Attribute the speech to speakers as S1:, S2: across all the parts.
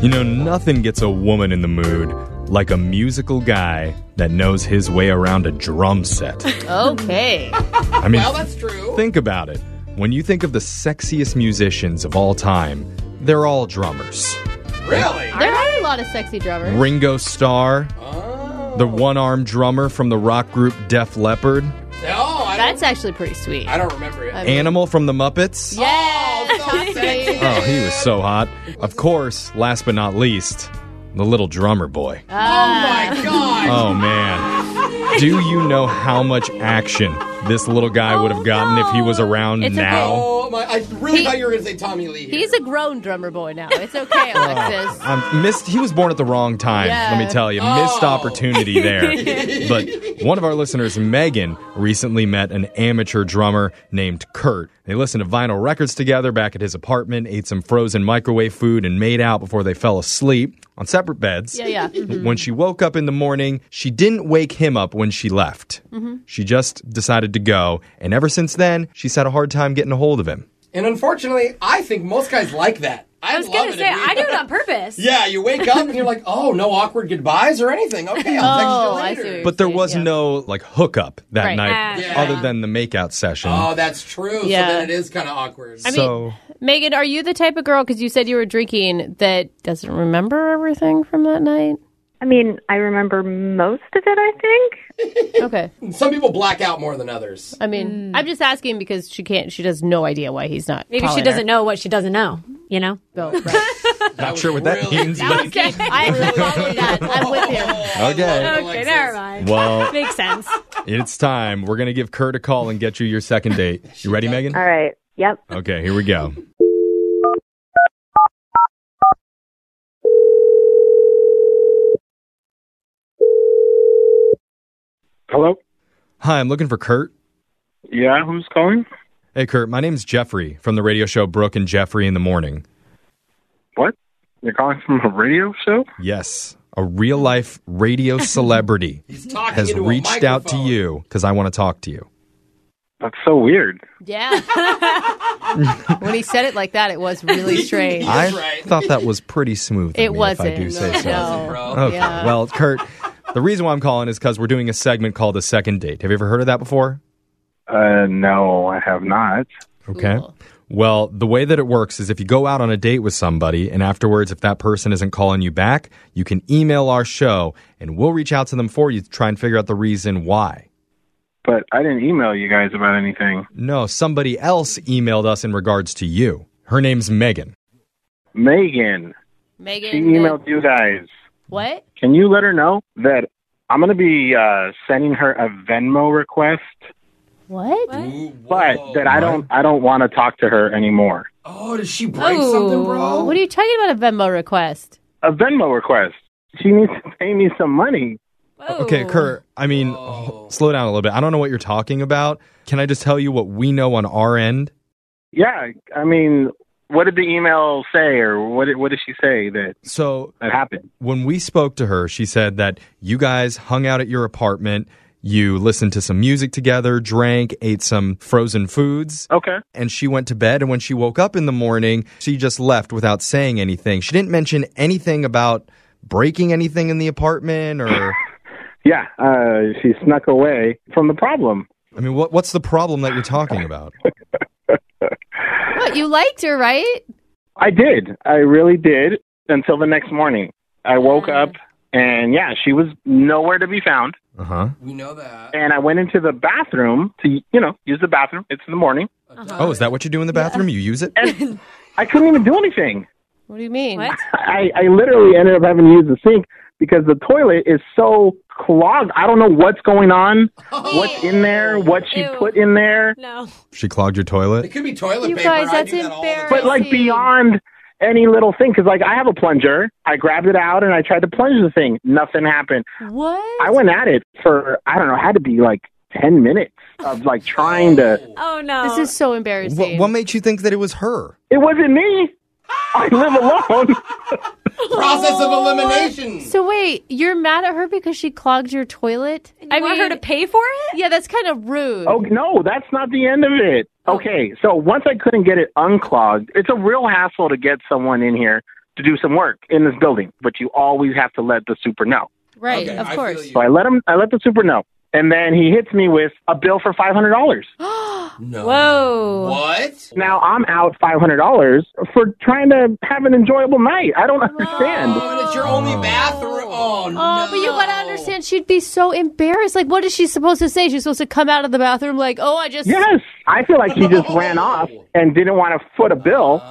S1: You know, nothing gets a woman in the mood like a musical guy that knows his way around a drum set.
S2: Okay.
S1: I mean,
S3: Well, that's true.
S1: think about it. When you think of the sexiest musicians of all time, they're all drummers.
S3: Really? Oh.
S2: there are a lot of sexy drummers.
S1: Ringo Starr, the one armed drummer from the rock group Def Leppard,
S3: No, I don't,
S2: That's actually pretty sweet.
S3: I don't remember it.
S1: Animal from the Muppets.
S2: Yeah.
S3: Oh, so sexy.
S1: Oh, he was so hot. Of course, last but not least, the little drummer boy.
S2: Uh.
S3: oh my god.
S1: Oh man. Do you know how much action this little guy would have gotten if he was around
S2: Oh, It's
S1: now?
S3: Oh my! I really
S2: He-
S3: thought you were going to say Tommy Lee. here.
S2: He's a grown drummer boy now. It's okay, Alexis.
S1: Um, missed. He was born at the wrong time.
S2: Yeah.
S1: Let me tell you, missed
S3: Oh.
S1: opportunity there. but one of our listeners, Megan, recently met an amateur drummer named Kurt. They listened to vinyl records together back at his apartment, ate some frozen microwave food, and made out before they fell asleep on separate beds.
S2: Yeah, yeah.
S1: When she woke up in the morning, she didn't wake him up when she left. She just decided to go, and ever since then, she's had a hard time getting a hold of him.
S3: and unfortunately, I think most guys like that. I,
S4: I was
S3: love
S4: gonna
S3: it
S4: say
S3: if you-
S4: I do it on purpose.
S3: Yeah, you wake up and you're like, oh, no awkward goodbyes or anything. Okay, I'll
S2: Oh, I
S3: text
S2: see
S3: you later.
S2: what you're
S1: But there
S2: saying,
S1: was
S2: yeah.
S1: no like hookup that
S2: Right.
S1: night,
S4: Ah,
S3: Yeah.
S1: other than the makeout session.
S3: Oh, that's true.
S2: Yeah.
S3: So then it is kind of awkward.
S2: I mean,
S1: so
S2: Megan, are you the type of girl, because you said you were drinking, that doesn't remember everything from that night?
S5: I mean, I remember most of it, I think.
S2: Okay.
S3: Some people black out more than others.
S2: I mean, I'm just asking because she can't, she has no idea why he's not.
S4: Maybe she doesn't know what she doesn't know. You know.
S2: know. right.
S1: not sure what that
S3: really-
S1: means. But,
S2: okay. I actually followed that. I'm with
S3: Oh,
S2: you.
S1: okay.
S4: Okay, never mind.
S1: Well,
S4: Makes sense.
S1: it's time. We're gonna give Kurt a call and get you your second date. You ready, Megan?
S5: All right. Yep.
S1: Okay, here we go.
S6: Hello?
S1: Hi, I'm looking for Kurt.
S6: Yeah, who's calling?
S1: Hey, Kurt. My name's Jeffrey from the radio show Brooke and Jeffrey in the Morning.
S6: What? You're calling from a radio show?
S1: Yes, a real life radio celebrity.
S3: He's talking
S1: has
S3: into a
S1: reached out to
S3: microphone.
S1: you because I want to talk to you.
S6: That's so weird.
S2: Yeah. when he said it like that, it was really strange.
S1: I
S3: That's right.
S1: thought that was pretty smooth. of
S2: It
S1: me,
S2: wasn't.
S1: If I do say so.
S2: no.
S1: Okay.
S2: Yeah.
S1: Well, Kurt, the reason why I'm calling is because we're doing a segment called The Second Date. Have you ever heard of that before?
S6: Uh, no, I have not.
S1: Okay.
S2: Cool.
S1: Well, the way that it works is if you go out on a date with somebody and afterwards, if that person isn't calling you back, you can email our show and we'll reach out to them for you to try and figure out the reason why.
S6: But I didn't email you guys about anything.
S1: No, somebody else emailed us in regards to you. Her name's Megan.
S6: Megan,
S2: Megan.
S6: she
S2: the-
S6: emailed you guys.
S2: What?
S6: Can you let her know that I'm going to be uh, sending her a Venmo request,
S2: What?
S3: Ooh,
S6: but
S3: whoa.
S6: that I don't I don't want to talk to her anymore.
S3: oh, does she break something, bro?
S2: Oh, What are you talking about? A Venmo request?
S6: A Venmo request. She needs to pay me some money.
S1: Okay, Kurt, I mean,
S3: Whoa.
S1: h- slow down a little bit. I don't know what you're talking about. Can I just tell you what we know on our end?
S6: Yeah, I mean, what did the email say, or what did, what did she say that
S1: So
S6: that happened?
S1: when we spoke to her, she said that you guys hung out at your apartment, you listened to some music together, drank, ate some frozen foods,
S6: Okay.
S1: and she went to bed. And when she woke up in the morning, she just left without saying anything. She didn't mention anything about breaking anything in the apartment or.
S6: Yeah, uh, she snuck away from the problem.
S1: I mean, what, what's the problem that you're talking about?
S2: What? You liked her, right?
S6: I did. I really did until the next morning. I woke up and yeah, she was nowhere to be found.
S1: Uh huh.
S3: we know that.
S6: And I went into the bathroom to, you know, use the bathroom. It's in the morning.
S2: Uh-huh.
S1: Oh, is that what you do in the bathroom? You use it?
S6: And I couldn't even do anything.
S2: What do you mean?
S4: What?
S6: I, I literally ended up having to use the sink because the toilet is so clogged. I don't know what's going on, what's in there, what she
S4: Ew.
S6: put in there.
S4: No.
S1: She clogged your
S3: It
S1: toilet?
S3: could be toilet
S2: You
S3: paper.
S2: guys,
S3: I
S2: that's
S3: do that all the time.
S2: embarrassing.
S6: but like beyond any little thing because like i have a plunger i grabbed it out and i tried to plunge the thing nothing happened
S2: What?
S6: i went at it for i don't know had to be like 10 minutes of like trying to
S4: Oh no.
S2: This is so
S1: What,
S2: embarrassing.
S1: what made you think that it was her?
S6: it wasn't me i live alone
S3: Process of elimination.
S2: so wait, you're mad at her because she clogged your toilet?
S4: I want her to pay for it.
S2: Yeah, that's kind of rude.
S6: oh no that's not the end of it okay so once i couldn't get it unclogged it's a real hassle to get someone in here to do some work in this building, but you always have to let the super know.
S2: Right,
S3: Okay,
S2: of
S3: I feel
S2: course.
S3: you.
S6: So I let him. I let the super know, and then he hits me with a bill for five hundred dollars.
S3: No.
S2: Whoa.
S3: What?
S6: Now I'm out five hundred dollars for trying to have an enjoyable night. I don't understand.
S3: Oh, and it's your only bathroom. Oh, no.
S2: Oh, but you gotta understand, she'd be so embarrassed. Like, what is she supposed to say? She's supposed to come out of the bathroom like, "Oh, I just
S6: Yes, I feel like he just ran off and didn't want to foot a bill,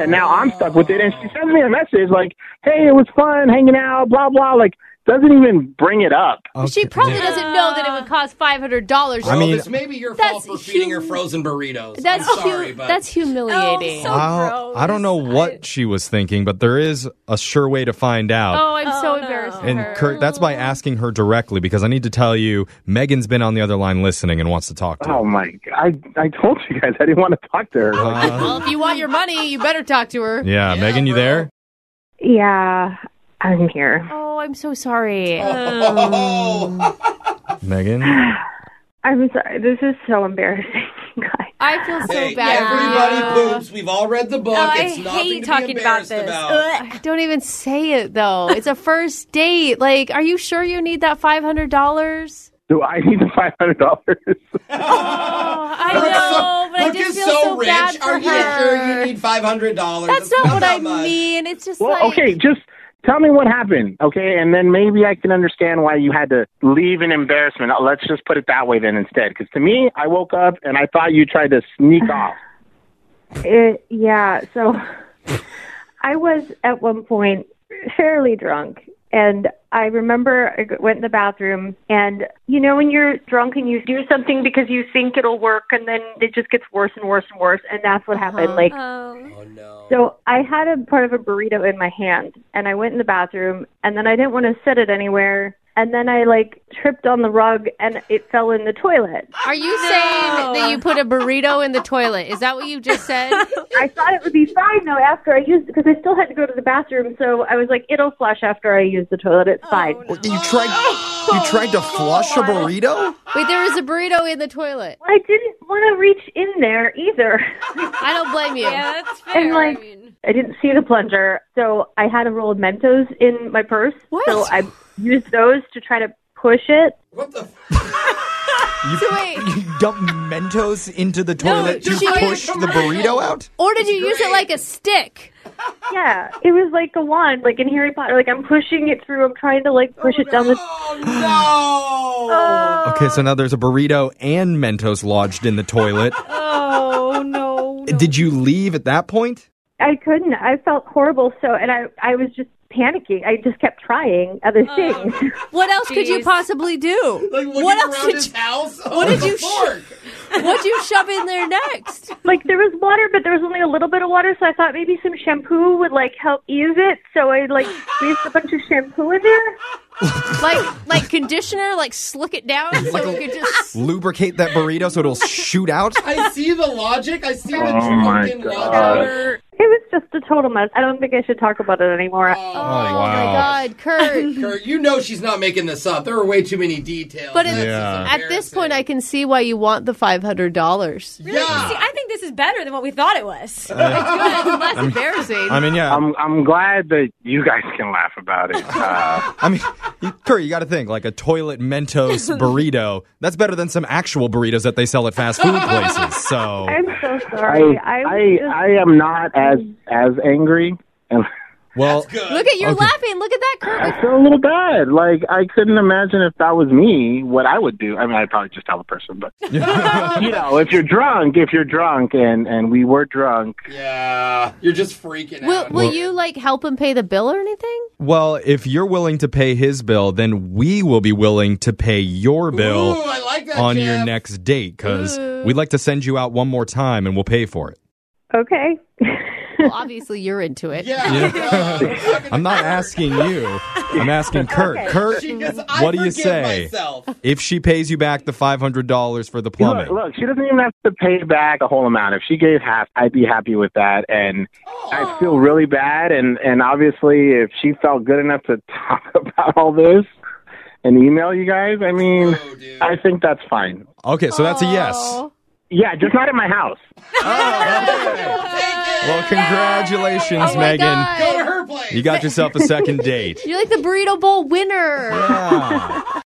S6: and now I'm stuck with it. And she sends me a message like, "Hey, it was fun hanging out," blah blah. Like doesn't even bring it up.
S2: She probably doesn't know that it would cost five hundred dollars.
S1: I
S3: I
S1: mean-
S3: mean, this may be your
S2: That's
S3: fault for feeding her
S2: hum-
S3: frozen burritos.
S2: that's
S3: I'm sorry,
S2: hu-
S3: but
S2: that's humiliating.
S4: Oh, so-
S1: I'll- I don't know
S4: gross.
S1: what she was thinking, but there is a sure way to find out.
S2: Oh, I'm so
S4: Oh, no.
S2: embarrassed. for
S1: And
S2: her.
S1: Kurt, that's by asking her directly because I need to tell you, Megan's been on the other line listening and wants to talk to
S6: Oh
S1: you.
S6: my! I I told you guys I didn't want to talk to her.
S1: Uh-huh.
S2: well, if you want your money, you better talk to her.
S1: Uh, Yeah, Megan, you there?
S5: Yeah, I'm here.
S2: Oh, I'm so sorry.
S3: Oh,
S1: Megan?
S5: I'm sorry. This is so embarrassing, guys.
S2: I feel so
S3: hey,
S2: bad. for
S3: everybody
S2: you.
S3: poops. We've all read the book.
S4: Oh, I
S3: it's nothing to
S4: hate
S3: be
S4: talking about
S3: embarrassed
S4: this.
S3: about.
S4: Ugh.
S2: Don't even say it though. It's a first date. Like, are you sure you need that five hundred dollars?
S6: Do I need the five hundred dollars?
S2: I know, but I
S3: Brooke
S2: just
S3: is
S2: feel
S3: so,
S2: so,
S3: rich.
S2: bad for
S3: Are you
S2: her.
S3: sure you need five hundred dollars?
S2: That's not what I
S3: that much.
S2: mean. It's just
S6: Well,
S2: like
S6: okay, just tell me what happened, okay, and then maybe I can understand why you had to leave in embarrassment. Uh, Let's just put it that way then instead, because to me, I woke up and I thought you tried to sneak off.
S5: It, yeah, so I was at one point fairly drunk. And I remember I g- went in the bathroom, and you know, when you're drunk and you do something because you think it'll work, and then it just gets worse and worse and worse, and that's what happened. Like,
S4: Oh.
S3: Oh no.
S5: So I had a part of a burrito in my hand and I went in the bathroom and then I didn't want to set it anywhere. And then I like tripped on the rug and it fell in the toilet.
S2: Are you saying that you put a burrito in the toilet? Is that what you just said?
S5: I thought it would be fine though after I used because I still had to go to the bathroom. So I was like, it'll flush after I use the toilet.
S4: Oh,
S5: It's fine.
S7: You tried you tried to flush a burrito?
S2: Wait, there was a burrito in the toilet.
S5: I didn't want to reach in there either.
S2: I don't blame you.
S4: Yeah, that's fair.
S5: And, like-
S4: I mean,
S5: I didn't see the plunger, so I had a roll of Mentos in my purse.
S2: What?
S5: So I used those to try to push it.
S3: what the? F-
S2: So wait,
S7: You dumped Mentos into the toilet
S2: she-
S7: to push the burrito out?
S2: or did you use it like a stick?
S5: Yeah, it was like a wand, like in Harry Potter. Like I'm pushing it through. I'm trying to like push
S4: Oh,
S5: it down the.
S3: oh no.
S1: Okay, so now there's a burrito and Mentos lodged in the toilet.
S4: oh no.
S1: Did you leave at that point?
S5: I couldn't. I felt horrible. So, and I, I was just panicking. I just kept trying other
S4: Oh.
S5: things.
S2: What else could you
S4: Jeez.
S2: possibly do?
S3: Like looking
S2: what
S3: around
S2: else did
S3: his
S2: you,
S3: house.
S2: what did you sh-
S3: fork?
S2: what'd you shove in there next?
S5: like there was water, but there was only a little bit of water. So I thought maybe some shampoo would like help ease it. So I like squeezed a bunch of shampoo in there.
S2: Like like conditioner, like slick it down so we could just
S1: Lubricate that burrito so it'll shoot out?
S3: I see the logic. I see the
S6: Oh, my
S3: drunken
S6: God.
S3: logic.
S5: It was just a total mess. I don't think I should talk about it anymore.
S1: Oh,
S2: Oh my god, Kurt.
S3: Kurt, you know she's not making this up. There are way too many details.
S2: But it's-
S1: Yeah.
S2: At this point I can see why you want the five hundred dollars.
S3: Really?
S4: See, I think this is better than what we thought it was.
S2: That's embarrassing.
S1: I mean, yeah.
S6: I'm I'm glad that you guys can laugh about it. Uh,
S1: I mean, you- Kurt, you got to think like a toilet Mentos burrito. That's better than some actual burritos that they sell at fast food places. So
S5: I'm so
S6: I
S5: sorry. I,
S6: I, I am not as as angry, and
S1: well,
S2: Look at you're laughing. Look at that, Kurt.
S6: I feel a little bad. Like I couldn't imagine if that was me, what I would do. I mean, I'd probably just tell the person, but you know, if you're drunk, if you're drunk, and and we were drunk,
S3: Yeah, you're just freaking
S2: Will,
S3: out.
S2: will you like help him pay the bill or anything?
S1: well, if you're willing to pay his bill, then we will be willing to pay your bill
S3: Ooh, I like that,
S1: on
S3: Jeff.
S1: your next date because we'd like to send you out one more time and we'll pay for it.
S5: okay.
S2: Well, obviously you're into it.
S3: Yeah. yeah.
S1: I'm not asking you. I'm asking Kurt. Kurt,
S3: She is- I
S1: what do you
S3: forgive
S1: say?
S3: Myself.
S1: If she pays you back the $500 for the plumbing.
S6: Look, look, she doesn't even have to pay back the whole amount. If she gave half, I'd be happy with that. And I feel really bad. And, and obviously, if she felt good enough to talk about all this and email you guys, I mean,
S3: Oh, dude.
S6: I think that's fine.
S1: Okay, so that's a yes.
S6: Yeah, just not at my house.
S3: Take it.
S1: Well, congratulations,
S2: Oh my
S1: Megan.
S2: God.
S3: Her place.
S1: You got yourself a second date.
S2: You're like the burrito bowl winner.